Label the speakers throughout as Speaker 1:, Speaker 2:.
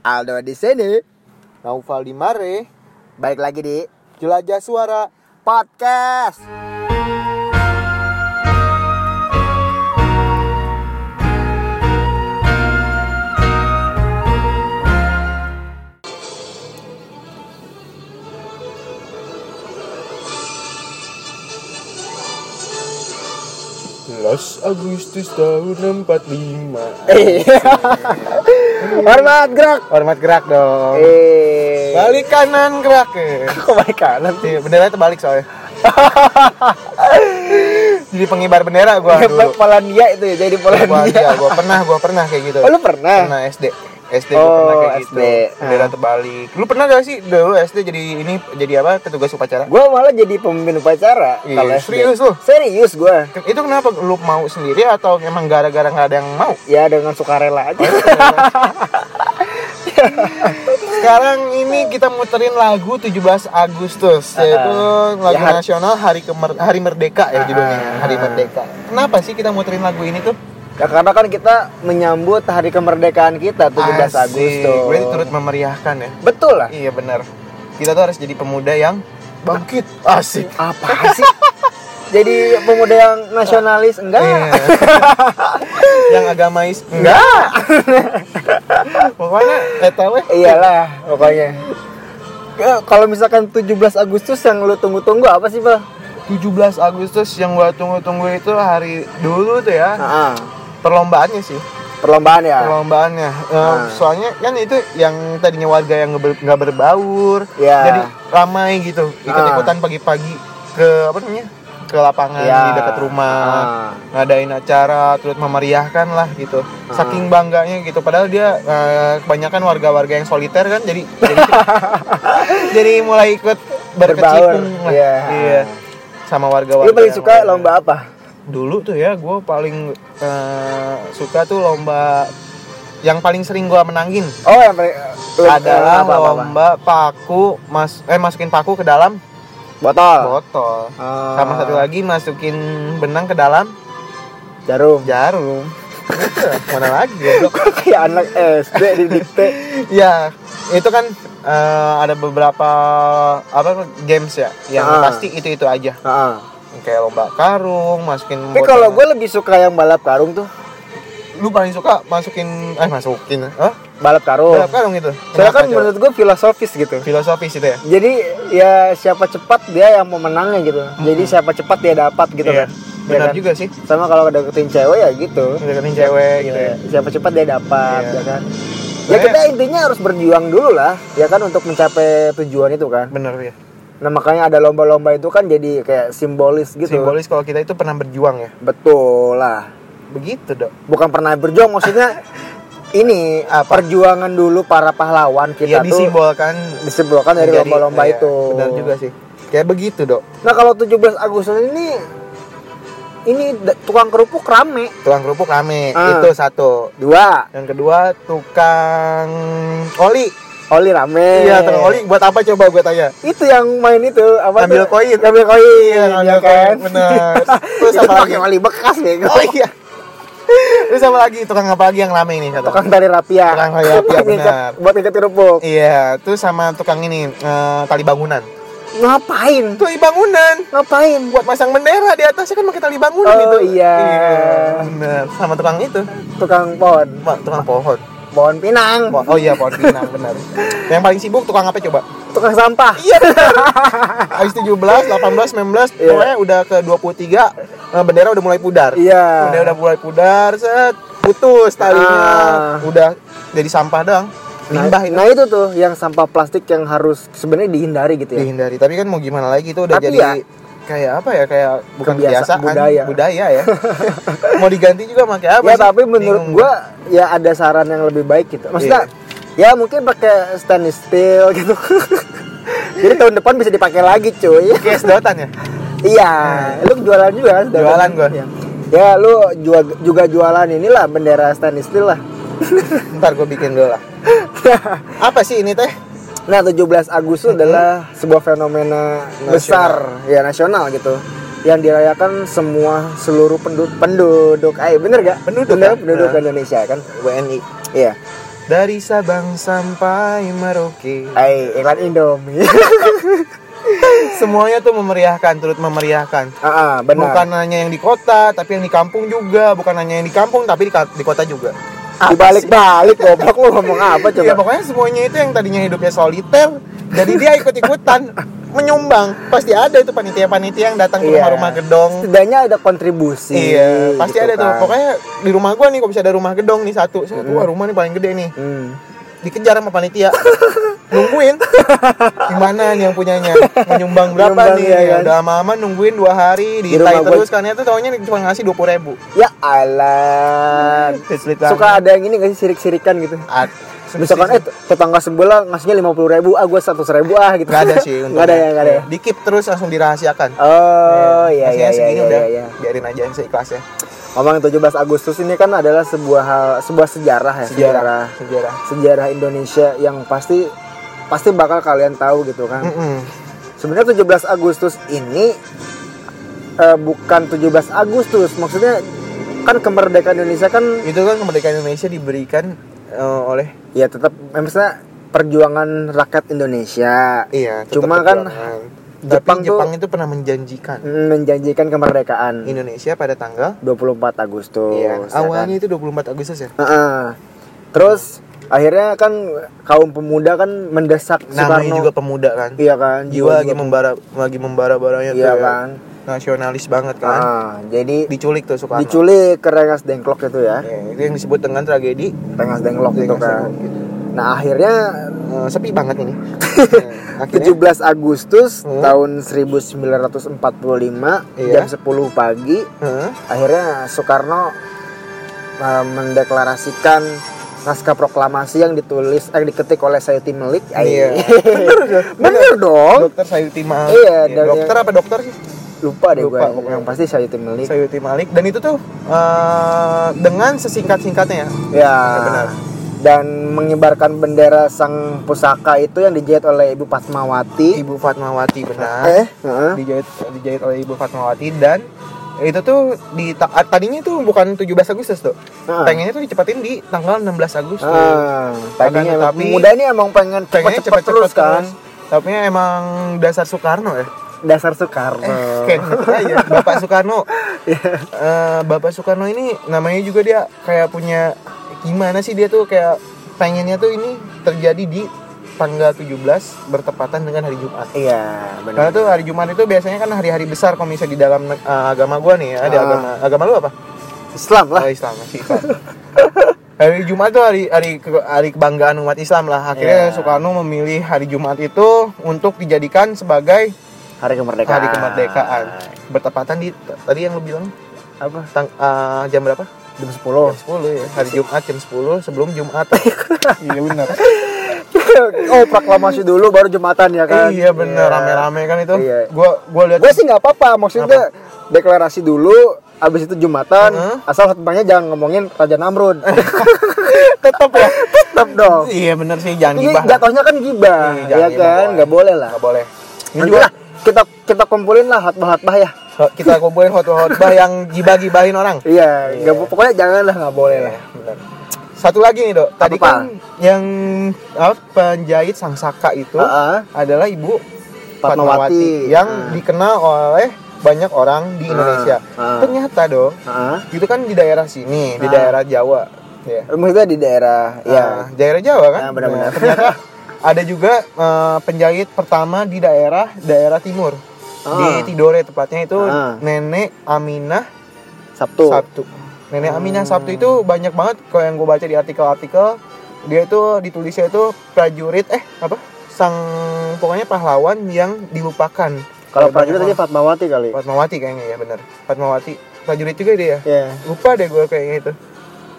Speaker 1: Aldo di sini.
Speaker 2: Naufal di Mare,
Speaker 1: Balik lagi di
Speaker 2: jelajah suara.
Speaker 1: podcast.
Speaker 3: Las Agustus tahun 45
Speaker 1: Eh. Hormat gerak.
Speaker 2: Hormat gerak dong.
Speaker 1: Eh.
Speaker 2: Balik kanan gerak ya.
Speaker 1: Kok balik kanan?
Speaker 2: Iya, bendera terbalik soalnya. Jadi pengibar bendera gua dulu.
Speaker 1: Polandia itu ya, jadi
Speaker 2: Gua
Speaker 1: Polandia.
Speaker 2: aja, gua pernah, gua pernah kayak gitu.
Speaker 1: Oh, lu pernah?
Speaker 2: Pernah SD. SD gua
Speaker 1: Oh,
Speaker 2: pernah kayak gitu.
Speaker 1: SD.
Speaker 2: Bendera terbalik. Lu pernah gak sih dulu SD jadi ini jadi apa? Petugas upacara?
Speaker 1: Gue malah jadi pemimpin upacara.
Speaker 2: Iya,
Speaker 1: kalau SD.
Speaker 2: serius lu?
Speaker 1: Serius gue.
Speaker 2: Itu kenapa lu mau sendiri atau emang gara-gara nggak ada yang mau?
Speaker 1: Ya dengan sukarela aja.
Speaker 2: Sekarang ini kita muterin lagu 17 Agustus yaitu lagu
Speaker 1: Ya, har-
Speaker 2: nasional Hari Kemer- Hari Merdeka ya judulnya, Hari Merdeka. Kenapa sih kita muterin lagu ini tuh?
Speaker 1: ya karena kan kita menyambut hari kemerdekaan kita 17
Speaker 2: Asik.
Speaker 1: Agustus.
Speaker 2: Berarti turut memeriahkan ya.
Speaker 1: Betul lah.
Speaker 2: Iya benar. Kita tuh harus jadi pemuda yang bangkit. Asik.
Speaker 1: Apa sih? jadi pemuda yang nasionalis enggak?
Speaker 2: Iya. yang agamais. Enggak.
Speaker 1: Enggak.
Speaker 2: Pokoknya eh, ya? eta weh.
Speaker 1: Iyalah, pokoknya. Ya, Kalau misalkan 17 Agustus yang lu tunggu-tunggu apa sih, Bang?
Speaker 2: 17 Agustus yang gua tunggu-tunggu itu hari dulu tuh ya.
Speaker 1: Ah, ah.
Speaker 2: Perlombaannya sih.
Speaker 1: perlombaan ya.
Speaker 2: perlombaannya Eh,
Speaker 1: Nah.
Speaker 2: soalnya kan itu yang tadinya warga yang nggak ber- nggak berbaur
Speaker 1: Iya. Ah.
Speaker 2: jadi ramai gitu ikut ikutan pagi-pagi ke apa namanya ke lapangan
Speaker 1: Iya.
Speaker 2: di dekat rumah
Speaker 1: Ah.
Speaker 2: ngadain acara turut memeriahkan lah
Speaker 1: Ah.
Speaker 2: gitu saking bangganya gitu padahal dia eh, kebanyakan warga-warga yang soliter kan jadi jadi, jadi mulai ikut
Speaker 1: Berbaur,
Speaker 2: berkecimpung lah
Speaker 1: iya.
Speaker 2: Iya. sama warga-warga
Speaker 1: Lu paling
Speaker 2: yang
Speaker 1: suka
Speaker 2: lain.
Speaker 1: lomba apa?
Speaker 2: dulu tuh ya gue paling eh, suka tuh lomba yang paling sering gue menangin
Speaker 1: Oh, yang paling lu- apa,
Speaker 2: adalah
Speaker 1: apa, apa?
Speaker 2: lomba paku mas eh masukin paku ke dalam
Speaker 1: botol.
Speaker 2: botol
Speaker 1: Ah.
Speaker 2: sama satu lagi masukin benang ke dalam
Speaker 1: Jarum.
Speaker 2: jarum mana lagi goblok?
Speaker 1: Kayak anak SD di dikte.
Speaker 2: ya itu kan eh, ada beberapa apa games ya
Speaker 1: Ah.
Speaker 2: yang pasti itu itu aja
Speaker 1: Heeh.
Speaker 2: kayak lomba karung masukin
Speaker 1: Tapi
Speaker 2: botol-
Speaker 1: kalau gue lebih suka yang balap karung tuh.
Speaker 2: lu paling suka masukin eh masukin Hah?
Speaker 1: Balap karung.
Speaker 2: Balap karung
Speaker 1: Oh.
Speaker 2: itu
Speaker 1: Soalnya kan
Speaker 2: Kenapa, coba?
Speaker 1: menurut gue filosofis gitu.
Speaker 2: filosofis itu ya
Speaker 1: Jadi ya siapa cepat dia yang pemenangnya gitu. Jadi siapa cepat dia dapat gitu
Speaker 2: Hmm. Iya,
Speaker 1: kan. Iya
Speaker 2: benar
Speaker 1: kan?
Speaker 2: juga sih
Speaker 1: Sama kalau deketin cewek ya gitu.
Speaker 2: deketin cewek gitu
Speaker 1: Iya,
Speaker 2: ya
Speaker 1: siapa cepat dia dapat
Speaker 2: Iya.
Speaker 1: ya kan ya
Speaker 2: Saya-
Speaker 1: kita intinya harus berjuang dulu lah ya kan untuk mencapai tujuan itu kan
Speaker 2: bener ya
Speaker 1: nah makanya ada lomba-lomba itu kan jadi kayak simbolis gitu
Speaker 2: simbolis kalau kita itu pernah berjuang ya
Speaker 1: betul lah
Speaker 2: begitu dok
Speaker 1: bukan pernah berjuang maksudnya ini perjuangan dulu para pahlawan kita
Speaker 2: ya
Speaker 1: tuh
Speaker 2: disimbolkan
Speaker 1: disimbolkan dari
Speaker 2: menjadi-
Speaker 1: lomba-lomba
Speaker 2: iya,
Speaker 1: itu
Speaker 2: benar juga sih kayak begitu dok
Speaker 1: nah kalau 17 Agustus ini ini da- tukang kerupuk rame
Speaker 2: tukang kerupuk rame
Speaker 1: Ah.
Speaker 2: itu satu
Speaker 1: dua
Speaker 2: yang kedua tukang oli
Speaker 1: oli rame
Speaker 2: iya tukang oli buat apa coba gue tanya
Speaker 1: itu yang main itu apa
Speaker 2: Ngambil
Speaker 1: tuh?
Speaker 2: koin.
Speaker 1: ngambil koin iya,
Speaker 2: ngambil
Speaker 1: kan
Speaker 2: koin, benar.
Speaker 1: terus
Speaker 2: Terus apa
Speaker 1: pakai
Speaker 2: lagi?
Speaker 1: oli bekas bego
Speaker 2: oh iya terus apa lagi tukang apa lagi yang rame nih satu
Speaker 1: tukang tali rapia
Speaker 2: Tukang tali rapia,
Speaker 1: Buat ngikat-
Speaker 2: benar.
Speaker 1: buat ikat kerupuk
Speaker 2: iya terus sama tukang ini eh, tali bangunan
Speaker 1: ngapain
Speaker 2: tali bangunan
Speaker 1: ngapain
Speaker 2: buat masang bendera di atasnya kan pakai tali bangunan
Speaker 1: Oh,
Speaker 2: itu.
Speaker 1: iya.
Speaker 2: Bener. Sama tukang itu,
Speaker 1: tukang pohon
Speaker 2: Pak, tukang pohon.
Speaker 1: pohon pinang
Speaker 2: Wah, Oh iya, pohon pinang benar. Yang paling sibuk tukang apa coba?
Speaker 1: tukang sampah
Speaker 2: Iya. Habis 17, 18, 19,
Speaker 1: Iya.
Speaker 2: pokoknya udah ke 23, eh, bendera udah mulai pudar.
Speaker 1: iya
Speaker 2: Bendera udah mulai pudar, set putus talinya.
Speaker 1: Ah.
Speaker 2: Udah jadi sampah doang.
Speaker 1: nah,
Speaker 2: Limbah itu
Speaker 1: nah itu tuh yang sampah plastik yang harus sebenarnya dihindari gitu ya
Speaker 2: dihindari. Tapi kan mau gimana lagi itu udah
Speaker 1: Tapi
Speaker 2: jadi
Speaker 1: ya,
Speaker 2: kayak apa ya kayak bukan
Speaker 1: kebiasa-
Speaker 2: kebiasaan
Speaker 1: budaya.
Speaker 2: ya mau diganti juga pakai apa
Speaker 1: ya
Speaker 2: sih?
Speaker 1: tapi menurut
Speaker 2: Bingung.
Speaker 1: gua ya ada saran yang lebih baik gitu maksudnya
Speaker 2: Iya.
Speaker 1: ya mungkin pakai stainless steel gitu jadi tahun depan bisa dipakai lagi cuy
Speaker 2: Kayak sedotan ya?
Speaker 1: iya lu jualan juga kan sedotan?
Speaker 2: Nah. Jualan gua.
Speaker 1: Iya. ya lu jual- juga jualan inilah bendera stainless steel lah
Speaker 2: Ntar gue bikin dulu lah Apa sih ini teh?
Speaker 1: nah 17 Agustus adalah sebuah fenomena
Speaker 2: Nasional.
Speaker 1: besar ya nasional gitu yang dirayakan semua seluruh penduduk penduduk eh bener gak
Speaker 2: Penduduk,
Speaker 1: Bener,
Speaker 2: kan?
Speaker 1: penduduk
Speaker 2: Nah.
Speaker 1: Indonesia kan
Speaker 2: WNI
Speaker 1: iya
Speaker 2: dari Sabang sampai Merauke
Speaker 1: Hai, iklan Indomie.
Speaker 2: semuanya tuh memeriahkan turut memeriahkan
Speaker 1: Ah, ah, benar.
Speaker 2: bukan hanya yang di kota tapi yang di kampung juga bukan hanya yang di kampung tapi di, ka- di kota juga
Speaker 1: dibalik-balik goblok lu ngomong apa coba?
Speaker 2: ya pokoknya semuanya itu yang tadinya hidupnya soliter jadi dia ikut ikutan menyumbang pasti ada itu panitia-panitia yang datang ke
Speaker 1: Iya.
Speaker 2: rumah-rumah gedong
Speaker 1: Setidaknya ada kontribusi.
Speaker 2: Iya, pasti
Speaker 1: gitu
Speaker 2: ada tuh.
Speaker 1: kan.
Speaker 2: Pokoknya di rumah gua nih kalau bisa ada rumah gedong nih satu. Saya wah rumah nih paling gede nih.
Speaker 1: Hmm.
Speaker 2: Dikejar sama panitia. nungguin gimana nih yang punyanya menyumbang berapa
Speaker 1: Nyumbang,
Speaker 2: nih
Speaker 1: iya
Speaker 2: ya,
Speaker 1: kan?
Speaker 2: udah lama-lama nungguin dua hari di,
Speaker 1: rumah gua-
Speaker 2: terus kan. karena tuh tahunya cuma ngasih dua puluh ribu
Speaker 1: Ya alah. Suka ada yang ini gak sih sirik-sirikan gitu? Misalkan eh tetangga sebelah ngasihnya lima puluh ribu, ah gue seratus ribu ah gitu.
Speaker 2: nggak ada sih
Speaker 1: nggak ada ya, nggak ada. ya?
Speaker 2: dikip terus langsung dirahasiakan
Speaker 1: Oh iya
Speaker 2: Ngasihnya
Speaker 1: iya iya,
Speaker 2: segini
Speaker 1: iya,
Speaker 2: udah
Speaker 1: iya, iya.
Speaker 2: biarin aja seikhlasnya
Speaker 1: Ngomongin 17 Agustus ini kan adalah sebuah hal, sebuah sejarah ya
Speaker 2: sejarah sejarah
Speaker 1: sejarah Indonesia yang pasti pasti bakal kalian tahu gitu kan.
Speaker 2: Mm-mm.
Speaker 1: Sebenarnya 17 Agustus ini eh, bukan 17 Agustus, maksudnya kan kemerdekaan Indonesia kan
Speaker 2: itu kan kemerdekaan Indonesia diberikan eh, oleh
Speaker 1: ya tetap eh, maksudnya perjuangan rakyat Indonesia
Speaker 2: Iya, tetap
Speaker 1: Cuma kan
Speaker 2: perjuangan.
Speaker 1: Jepang
Speaker 2: Tapi
Speaker 1: tuh-
Speaker 2: Jepang itu pernah menjanjikan
Speaker 1: mm, menjanjikan kemerdekaan
Speaker 2: Indonesia pada tanggal
Speaker 1: 24 Agustus.
Speaker 2: Iya,
Speaker 1: ya kan?
Speaker 2: awalnya itu 24 Agustus ya.
Speaker 1: Heeh. Terus akhirnya kan kaum pemuda kan mendesak
Speaker 2: Namanya
Speaker 1: Soekarno.
Speaker 2: juga pemuda kan.
Speaker 1: iya kan,
Speaker 2: Jiwa lagi
Speaker 1: juga-
Speaker 2: membara lagi membara-baranya
Speaker 1: Iya
Speaker 2: tuh ya.
Speaker 1: kan.
Speaker 2: Nasionalis banget kan.
Speaker 1: Heeh, jadi
Speaker 2: Diculik tuh Soekarno.
Speaker 1: diculik ke Rengas Dengklok itu ya.
Speaker 2: Ya, itu yang disebut dengan tragedi
Speaker 1: Rengas Dengklok itu
Speaker 2: Rengas
Speaker 1: kan.
Speaker 2: Dengklok gitu.
Speaker 1: Nah, akhirnya
Speaker 2: Eh, sepi banget ini. Eh, Akhirnya
Speaker 1: 17 Agustus
Speaker 2: Hmm.
Speaker 1: tahun 1945
Speaker 2: Iya.
Speaker 1: jam 10 pagi
Speaker 2: Heeh.
Speaker 1: akhirnya Soekarno eh, mendeklarasikan naskah proklamasi yang ditulis eh diketik oleh Sayuti Melik.
Speaker 2: Iya.
Speaker 1: Ay. Bener dong.
Speaker 2: Dokter Sayuti Malik.
Speaker 1: Iya,
Speaker 2: Ya,
Speaker 1: dan-
Speaker 2: dokter apa dokter sih?
Speaker 1: lupa deh gue
Speaker 2: Lupa, pokoknya.
Speaker 1: yang pasti Sayuti Melik
Speaker 2: Sayuti Malik dan itu tuh eh, dengan sesingkat-singkatnya ya.
Speaker 1: ya
Speaker 2: benar.
Speaker 1: dan mengibarkan bendera sang pusaka itu yang dijahit oleh Ibu Fatmawati
Speaker 2: Ibu Fatmawati benar.
Speaker 1: eh heeh.
Speaker 2: dijahit dijahit oleh Ibu Fatmawati dan itu tuh di ta- ah, tadinya tuh bukan 17 Agustus tuh.
Speaker 1: Ah.
Speaker 2: Pengennya tuh dicepatin di tanggal 16 Agustus.
Speaker 1: Ah, tadinya
Speaker 2: Akan
Speaker 1: emang
Speaker 2: tetapi-
Speaker 1: muda ini emang pengen
Speaker 2: Pengennya
Speaker 1: cepet-cepet
Speaker 2: cepet-cepet
Speaker 1: terus kan
Speaker 2: Tapi emang dasar Soekarno ya.
Speaker 1: dasar Soekarno
Speaker 2: Kayak gitu aja. Bapak Soekarno.
Speaker 1: Iya.
Speaker 2: Eh, Bapak Soekarno ini namanya juga dia kayak punya gimana sih dia tuh kayak pengennya tuh ini terjadi di tanggal 17 bertepatan dengan hari Jumat.
Speaker 1: iya benar
Speaker 2: Karena tuh hari Jumat itu biasanya kan hari-hari besar kalau misalnya di dalam eh, agama gua nih, ada
Speaker 1: Ah.
Speaker 2: agama agama lu apa?
Speaker 1: Islam lah
Speaker 2: Oh, Islam masih Islam. hari Jumat tuh hari hari ke- hari kebanggaan umat Islam lah. Akhirnya
Speaker 1: Iya.
Speaker 2: Soekarno memilih hari Jumat itu untuk dijadikan sebagai
Speaker 1: hari kemerdekaan
Speaker 2: hari kemerdekaan. Bertepatan di t- tadi yang lu bilang
Speaker 1: apa
Speaker 2: tang, eh, jam berapa?
Speaker 1: jam 10
Speaker 2: Jam 10 ya. Hari Jumat jam 10 sebelum Jumat. Iya benar.
Speaker 1: oh proklamasi dulu baru jumatan ya kan
Speaker 2: Iya benar rame-rame kan itu.
Speaker 1: Iya.
Speaker 2: Gua gua lihat
Speaker 1: gue sih nggak apa-apa maksudnya deklarasi dulu abis itu jumatan
Speaker 2: Heeh.
Speaker 1: asal setibanya jangan ngomongin Raja Namrud
Speaker 2: tetap ya.
Speaker 1: tetap dong
Speaker 2: Iya benar sih
Speaker 1: Oh.
Speaker 2: jangan
Speaker 1: ini
Speaker 2: gibah.
Speaker 1: jatuhnya kan gibah
Speaker 2: Iya, jangan
Speaker 1: ya
Speaker 2: gibah,
Speaker 1: kan
Speaker 2: boleh.
Speaker 1: nggak boleh lah
Speaker 2: Enggak boleh. Ini
Speaker 1: Nanti
Speaker 2: juga
Speaker 1: lah, kita kita kumpulin lah hatbah hatbah ya
Speaker 2: kita kumpulin khotbah-khotbah yang gibah-gibahin orang. Ya,
Speaker 1: iya nggak bo- pokoknya jangan lah nggak boleh lah
Speaker 2: Benar. Satu lagi nih dok, tadi
Speaker 1: Apa?
Speaker 2: kan yang apa, penjahit sang saka itu
Speaker 1: Heeh.
Speaker 2: adalah ibu
Speaker 1: Fatmawati.
Speaker 2: Fatmawati, yang
Speaker 1: Hmm.
Speaker 2: dikenal oleh banyak orang di
Speaker 1: Hmm.
Speaker 2: Indonesia.
Speaker 1: Hmm.
Speaker 2: Ternyata dok,
Speaker 1: Heeh.
Speaker 2: itu kan di daerah sini, di
Speaker 1: Hmm.
Speaker 2: daerah Jawa. Ya.
Speaker 1: Eh, maksudnya di daerah ya
Speaker 2: Nah, daerah Jawa kan.
Speaker 1: Ya, benar-benar.
Speaker 2: Nah, ternyata ada juga eh, penjahit pertama di daerah daerah timur.
Speaker 1: Ah.
Speaker 2: Di Tidore tepatnya itu
Speaker 1: Ah.
Speaker 2: Nenek Aminah
Speaker 1: Sabtu
Speaker 2: Sabtu. Nenek Aminah Sabtu itu banyak banget kalau yang gue baca di artikel-artikel dia itu ditulisnya itu prajurit eh apa sang pokoknya pahlawan yang dilupakan.
Speaker 1: kalau
Speaker 2: Ada
Speaker 1: prajurit tadi
Speaker 2: banyak
Speaker 1: Fatmawati kali
Speaker 2: orang- Fatmawati kayaknya ya bener Fatmawati prajurit juga dia. ya?
Speaker 1: ya
Speaker 2: Lupa deh gue kayaknya itu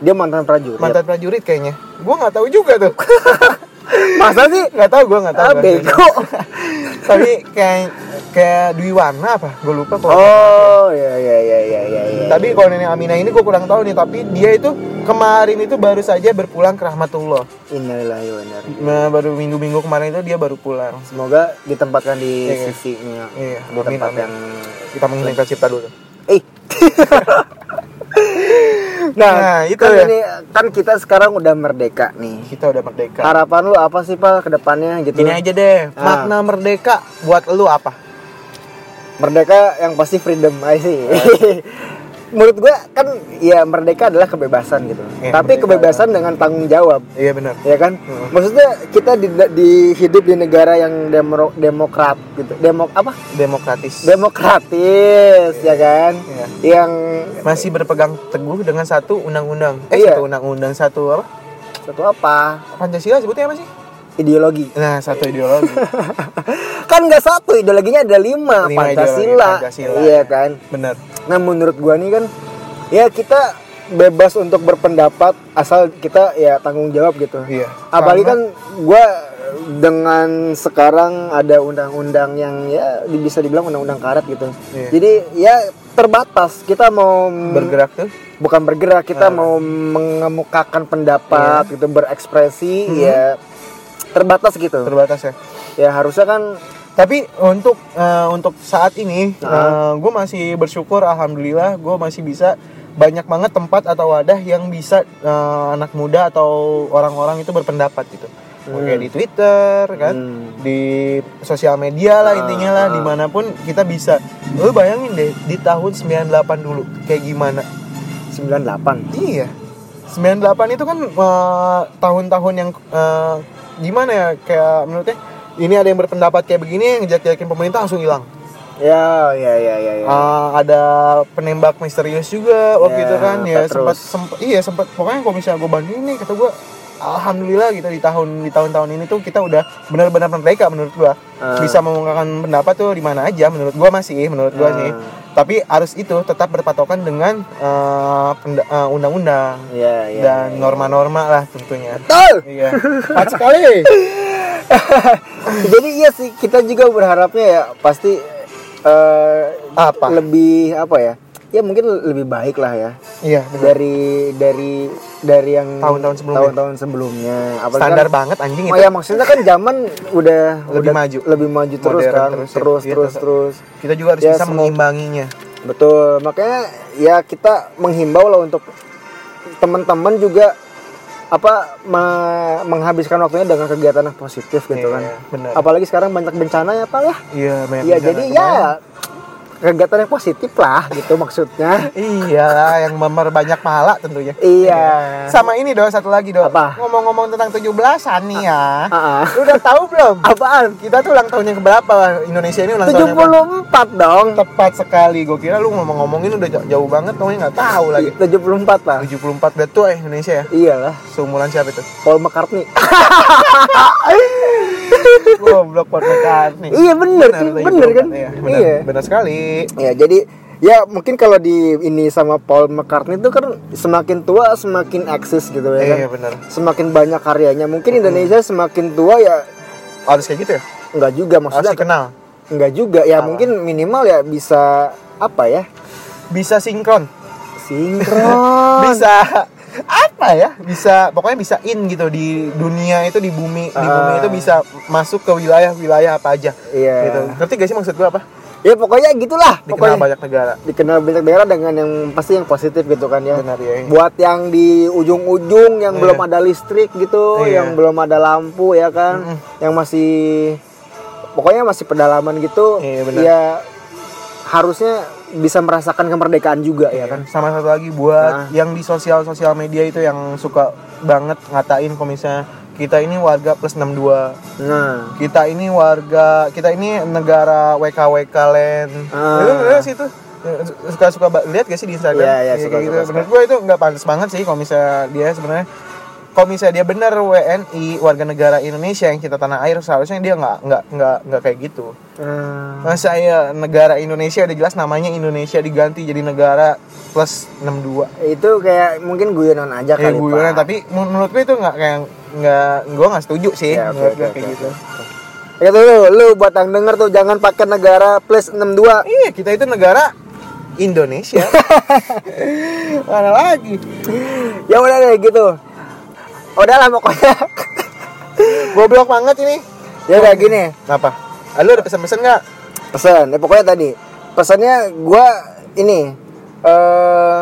Speaker 1: dia mantan prajurit
Speaker 2: mantan prajurit kayaknya. Gue nggak tahu juga tuh.
Speaker 1: masa sih
Speaker 2: Nggak tahu gue nggak tahu.
Speaker 1: ah bego
Speaker 2: Tapi kayak kayak Dwi Warna apa? Gue lupa kok.
Speaker 1: oh ya ya ya ya ya ya
Speaker 2: Tapi kalau Nenek Aminah ini gue kurang tahu nih. Tapi dia itu kemarin itu baru saja berpulang ke rahmatullah.
Speaker 1: Innalillahi wa inna ilaihi
Speaker 2: Nah, baru minggu-minggu kemarin itu dia baru pulang.
Speaker 1: Semoga ditempatkan di
Speaker 2: Iya.
Speaker 1: sisinya.
Speaker 2: Iya,
Speaker 1: Di
Speaker 2: amin,
Speaker 1: tempat
Speaker 2: amin.
Speaker 1: yang
Speaker 2: Kita menginginkan cipta dulu.
Speaker 1: eh Nah,
Speaker 2: Nah, itu
Speaker 1: kan
Speaker 2: ya.
Speaker 1: ini kan kita sekarang udah merdeka nih.
Speaker 2: Kita udah merdeka.
Speaker 1: Harapan lu apa sih Pak ke depannya gitu?
Speaker 2: Ah, Gini aja deh,
Speaker 1: Ah.
Speaker 2: makna merdeka buat lu apa?
Speaker 1: Merdeka yang pasti freedom aja sih. Menurut gua kan ya merdeka adalah kebebasan gitu.
Speaker 2: Iya,
Speaker 1: Tapi
Speaker 2: merdeka. Hmm.
Speaker 1: kebebasan dengan tanggung jawab.
Speaker 2: Iya benar.
Speaker 1: ya kan maksudnya kita di, di- hidup di negara yang demo, demokrat gitu demo apa
Speaker 2: Demokratis.
Speaker 1: demokratis ya kan
Speaker 2: Iya.
Speaker 1: yang
Speaker 2: Masih berpegang teguh dengan satu undang-undang. Eh,
Speaker 1: Iya.
Speaker 2: satu undang-undang satu apa?
Speaker 1: satu apa
Speaker 2: Pancasila sebutnya apa sih?
Speaker 1: ideologi
Speaker 2: Nah, satu ideologi.
Speaker 1: kan nggak satu ideologinya ada lima,
Speaker 2: Lima ideologi,
Speaker 1: pancasila
Speaker 2: Pancasila.
Speaker 1: iya kan
Speaker 2: benar.
Speaker 1: nah menurut gua nih kan ya kita bebas untuk berpendapat asal kita ya tanggung jawab gitu
Speaker 2: Iya.
Speaker 1: apalagi
Speaker 2: Karena-
Speaker 1: kan gua dengan sekarang ada undang-undang yang ya di- bisa dibilang undang-undang karet gitu
Speaker 2: Iya.
Speaker 1: jadi ya terbatas kita mau m-
Speaker 2: bergerak Ah. tuh
Speaker 1: bukan bergerak kita mau mengemukakan
Speaker 2: Iya.
Speaker 1: pendapat gitu berekspresi
Speaker 2: Hmm.
Speaker 1: ya terbatas gitu
Speaker 2: terbatas ya.
Speaker 1: ya harusnya kan
Speaker 2: Tapi untuk eh, untuk saat ini,
Speaker 1: Nah.
Speaker 2: gue masih bersyukur, alhamdulillah, gue masih bisa banyak banget tempat atau wadah yang bisa eh, anak muda atau orang-orang itu berpendapat gitu. Kayak di Twitter kan,
Speaker 1: Hmm.
Speaker 2: di sosial media lah intinya lah,
Speaker 1: ah.
Speaker 2: dimanapun kita bisa. Lu bayangin deh di tahun 98 dulu kayak gimana?
Speaker 1: 98
Speaker 2: Iya. 98 itu kan eh, tahun-tahun yang eh, gimana ya kayak menurutnya ini ada yang berpendapat kayak begini yang ngejek-jekin pemerintah langsung hilang.
Speaker 1: ya ya ya ya, ya.
Speaker 2: Eh, ada penembak misterius juga waktu
Speaker 1: Ya,
Speaker 2: itu kan ya sempat
Speaker 1: Petrus.
Speaker 2: sempat iya sempat pokoknya kalau misalnya gue bandingin nih kata gue alhamdulillah gitu di tahun di tahun-tahun ini tuh kita udah benar-benar mereka menurut gua
Speaker 1: Eh.
Speaker 2: bisa mengemukakan pendapat tuh di mana aja menurut gua masih menurut
Speaker 1: Eh.
Speaker 2: gua sih tapi harus itu tetap berpatokan dengan eh, penda- eh, undang-undang
Speaker 1: ya ya
Speaker 2: dan norma-norma lah tentunya.
Speaker 1: Betul!
Speaker 2: Iya.
Speaker 3: Cepat sekali.
Speaker 1: Jadi iya sih kita juga berharapnya ya pasti eh,
Speaker 2: Apa?
Speaker 1: lebih apa ya? Ya mungkin lebih baik lah ya
Speaker 2: Iya, benar.
Speaker 1: dari dari dari yang
Speaker 2: Tahun-tahun sebelumnya.
Speaker 1: Tahun-tahun sebelumnya. Apalagi
Speaker 2: Standar
Speaker 1: kan-
Speaker 2: banget anjing
Speaker 1: Oh
Speaker 2: itu.
Speaker 1: ya maksudnya kan zaman udah
Speaker 2: Lebih
Speaker 1: udah
Speaker 2: maju.
Speaker 1: lebih maju terus
Speaker 2: Modern
Speaker 1: kan,
Speaker 2: terus
Speaker 1: terus
Speaker 2: ya.
Speaker 1: terus
Speaker 2: Iya,
Speaker 1: terus,
Speaker 2: tetap. Kita juga harus
Speaker 1: Ya,
Speaker 2: bisa
Speaker 1: semoga-
Speaker 2: mengimbanginya.
Speaker 1: Betul. Makanya ya kita menghimbau lah untuk teman-teman juga apa me- menghabiskan waktunya dengan kegiatan yang positif gitu
Speaker 2: Iya,
Speaker 1: kan.
Speaker 2: benar.
Speaker 1: Apalagi sekarang banyak bencana ya Pak ya.
Speaker 2: Iya, banyak
Speaker 1: Ya
Speaker 2: bencana
Speaker 1: jadi ya
Speaker 2: kemarin.
Speaker 1: kegiatan yang positif lah gitu maksudnya.
Speaker 2: Iya, yang memperbanyak pahala tentunya.
Speaker 1: iya.
Speaker 2: Sama ini dong satu lagi dong.
Speaker 1: Apa?
Speaker 2: Ngomong-ngomong tentang 17-an nih ya.
Speaker 1: Ah, ah.
Speaker 2: Lu udah tahu belum?
Speaker 1: Apaan?
Speaker 2: Kita tuh ulang tahunnya keberapa Indonesia ini ulang tahunnya berapa?
Speaker 1: 74 dong.
Speaker 2: tepat sekali. Gue kira lu ngomong ngomongin udah jauh- jauh banget, kamu nggak tahu
Speaker 1: Iya,
Speaker 2: lagi.
Speaker 1: 74 Pak.
Speaker 2: 74 udah tua ya Indonesia ya.
Speaker 1: Iyalah,
Speaker 2: Seumuran siapa itu?
Speaker 1: Paul McCartney.
Speaker 2: Iya. Goblok Paul McCartney.
Speaker 1: Iya, bener,
Speaker 2: Benar,
Speaker 1: cuy.
Speaker 2: lagi
Speaker 1: Bener,
Speaker 2: berobat,
Speaker 1: kan?
Speaker 2: Iya, benar.
Speaker 1: Iya.
Speaker 2: Benar sekali.
Speaker 1: ya, jadi ya mungkin kalau di ini sama Paul McCartney itu kan semakin tua semakin eksis gitu ya kan.
Speaker 2: Iya, benar.
Speaker 1: Semakin banyak karyanya. Mungkin Indonesia semakin tua ya
Speaker 2: Harus kayak gitu ya?
Speaker 1: enggak juga
Speaker 2: Harus
Speaker 1: maksudnya
Speaker 2: dikenal.
Speaker 1: enggak juga ya mungkin minimal ya bisa apa ya?
Speaker 2: Bisa sinkron.
Speaker 1: Sinkron.
Speaker 2: Bisa apa ya? Bisa pokoknya bisa in gitu di dunia itu di bumi, di bumi
Speaker 1: Ah.
Speaker 2: itu bisa masuk ke wilayah-wilayah apa aja.
Speaker 1: Iya.
Speaker 2: Gitu. Ngerti gak sih maksud gua apa?
Speaker 1: ya pokoknya gitulah
Speaker 2: Dikenal
Speaker 1: pokoknya
Speaker 2: banyak negara.
Speaker 1: dikenal banyak daerah dengan yang pasti yang positif gitu kan ya
Speaker 2: Benar ya.
Speaker 1: buat yang di ujung-ujung yang
Speaker 2: Iya.
Speaker 1: belum ada listrik gitu
Speaker 2: Iya.
Speaker 1: yang belum ada lampu ya kan
Speaker 2: Mm-mm.
Speaker 1: yang masih pokoknya masih pedalaman gitu
Speaker 2: Iya, benar.
Speaker 1: ya harusnya bisa merasakan kemerdekaan juga ya kan
Speaker 2: Kan sama satu lagi buat
Speaker 1: Nah.
Speaker 2: yang di sosial sosial media itu yang suka banget ngatain kalau misalnya kita ini warga plus 62
Speaker 1: nah
Speaker 2: kita ini warga kita ini negara WKWK land
Speaker 1: Ah.
Speaker 2: itu bener sih itu suka suka lihat gak sih di Instagram
Speaker 1: Iya, iya,
Speaker 2: Kayak
Speaker 1: suka,
Speaker 2: gitu.
Speaker 1: suka, suka.
Speaker 2: menurut gue itu nggak pantas banget sih kalau misalnya dia sebenarnya kalau misalnya dia benar WNI warga negara Indonesia yang kita tanah air seharusnya dia nggak nggak nggak nggak kayak gitu
Speaker 1: Hmm.
Speaker 2: masa ya negara Indonesia udah jelas namanya Indonesia diganti jadi negara plus 62
Speaker 1: itu kayak mungkin guyonan aja
Speaker 2: ya
Speaker 1: kali
Speaker 2: guyonan
Speaker 1: Pak.
Speaker 2: tapi menurut gue itu nggak kayak nggak gue nggak setuju sih
Speaker 1: Ya, oke,
Speaker 2: menurut gue
Speaker 1: oke,
Speaker 2: kayak
Speaker 1: oke,
Speaker 2: gitu
Speaker 1: Ya tuh, lu, lu buat yang denger tuh jangan pakai negara plus 62
Speaker 2: Iya, kita itu negara Indonesia. Mana lagi?
Speaker 1: ya udah deh gitu udahlah pokoknya
Speaker 2: Goblok banget ini.
Speaker 1: ya udah gini
Speaker 2: Apa? Ah, Lu ada pesan-pesan nggak?
Speaker 1: pesan ya pokoknya tadi pesannya gua ini eh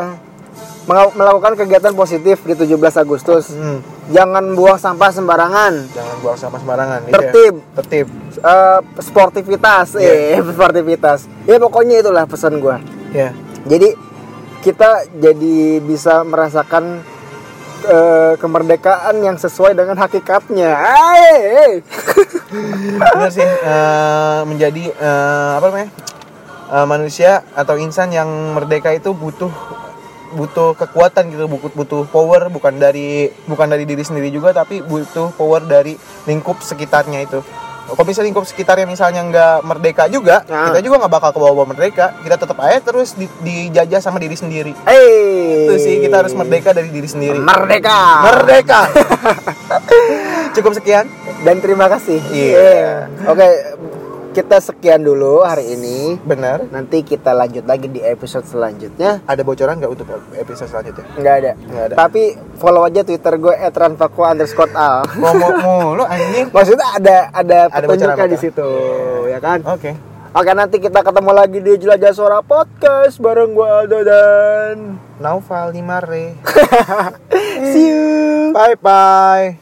Speaker 1: menga- melakukan kegiatan positif di 17 Agustus.
Speaker 2: Hmm,
Speaker 1: Jangan buang sampah sembarangan.
Speaker 2: jangan buang sampah sembarangan. Iya.
Speaker 1: Tertib.
Speaker 2: Tertib.
Speaker 1: Eh, sportivitas, eh sportivitas. Ya pokoknya itulah pesan gua.
Speaker 2: Ya.
Speaker 1: Jadi kita jadi bisa merasakan eh, kemerdekaan yang sesuai dengan hakikatnya. Ay, ay.
Speaker 2: Bener sih. eh, menjadi eh, apa namanya? Eh, manusia atau insan yang merdeka itu butuh butuh kekuatan gitu butuh butuh power bukan dari bukan dari diri sendiri juga tapi butuh power dari lingkup sekitarnya itu kalau misalnya lingkup sekitarnya misalnya nggak merdeka juga
Speaker 1: Nah.
Speaker 2: kita juga nggak bakal ke bawah merdeka kita tetap aja terus di- dijajah sama diri sendiri
Speaker 1: Hey.
Speaker 2: itu sih kita harus merdeka dari diri sendiri
Speaker 1: Merdeka.
Speaker 2: merdeka cukup sekian
Speaker 1: Dan terima kasih.
Speaker 2: Iya.
Speaker 1: Iya. Oke, kita sekian dulu hari ini.
Speaker 2: benar
Speaker 1: Nanti kita lanjut lagi di episode selanjutnya.
Speaker 2: ada bocoran nggak untuk episode selanjutnya
Speaker 1: Nggak ada.
Speaker 2: Nggak ada.
Speaker 1: Tapi follow aja Twitter gue @ranfaku underscore al.
Speaker 2: ngomong mulu anjing
Speaker 1: Maksudnya ada ada
Speaker 2: Ada
Speaker 1: petunjuknya
Speaker 2: bocoran-bocoran.
Speaker 1: di situ, ya kan?
Speaker 2: oke
Speaker 1: Oke nanti kita ketemu lagi di Jelajah Suara Podcast bareng gue Aldo dan
Speaker 2: Naufal Limare
Speaker 1: see you.
Speaker 2: bye bye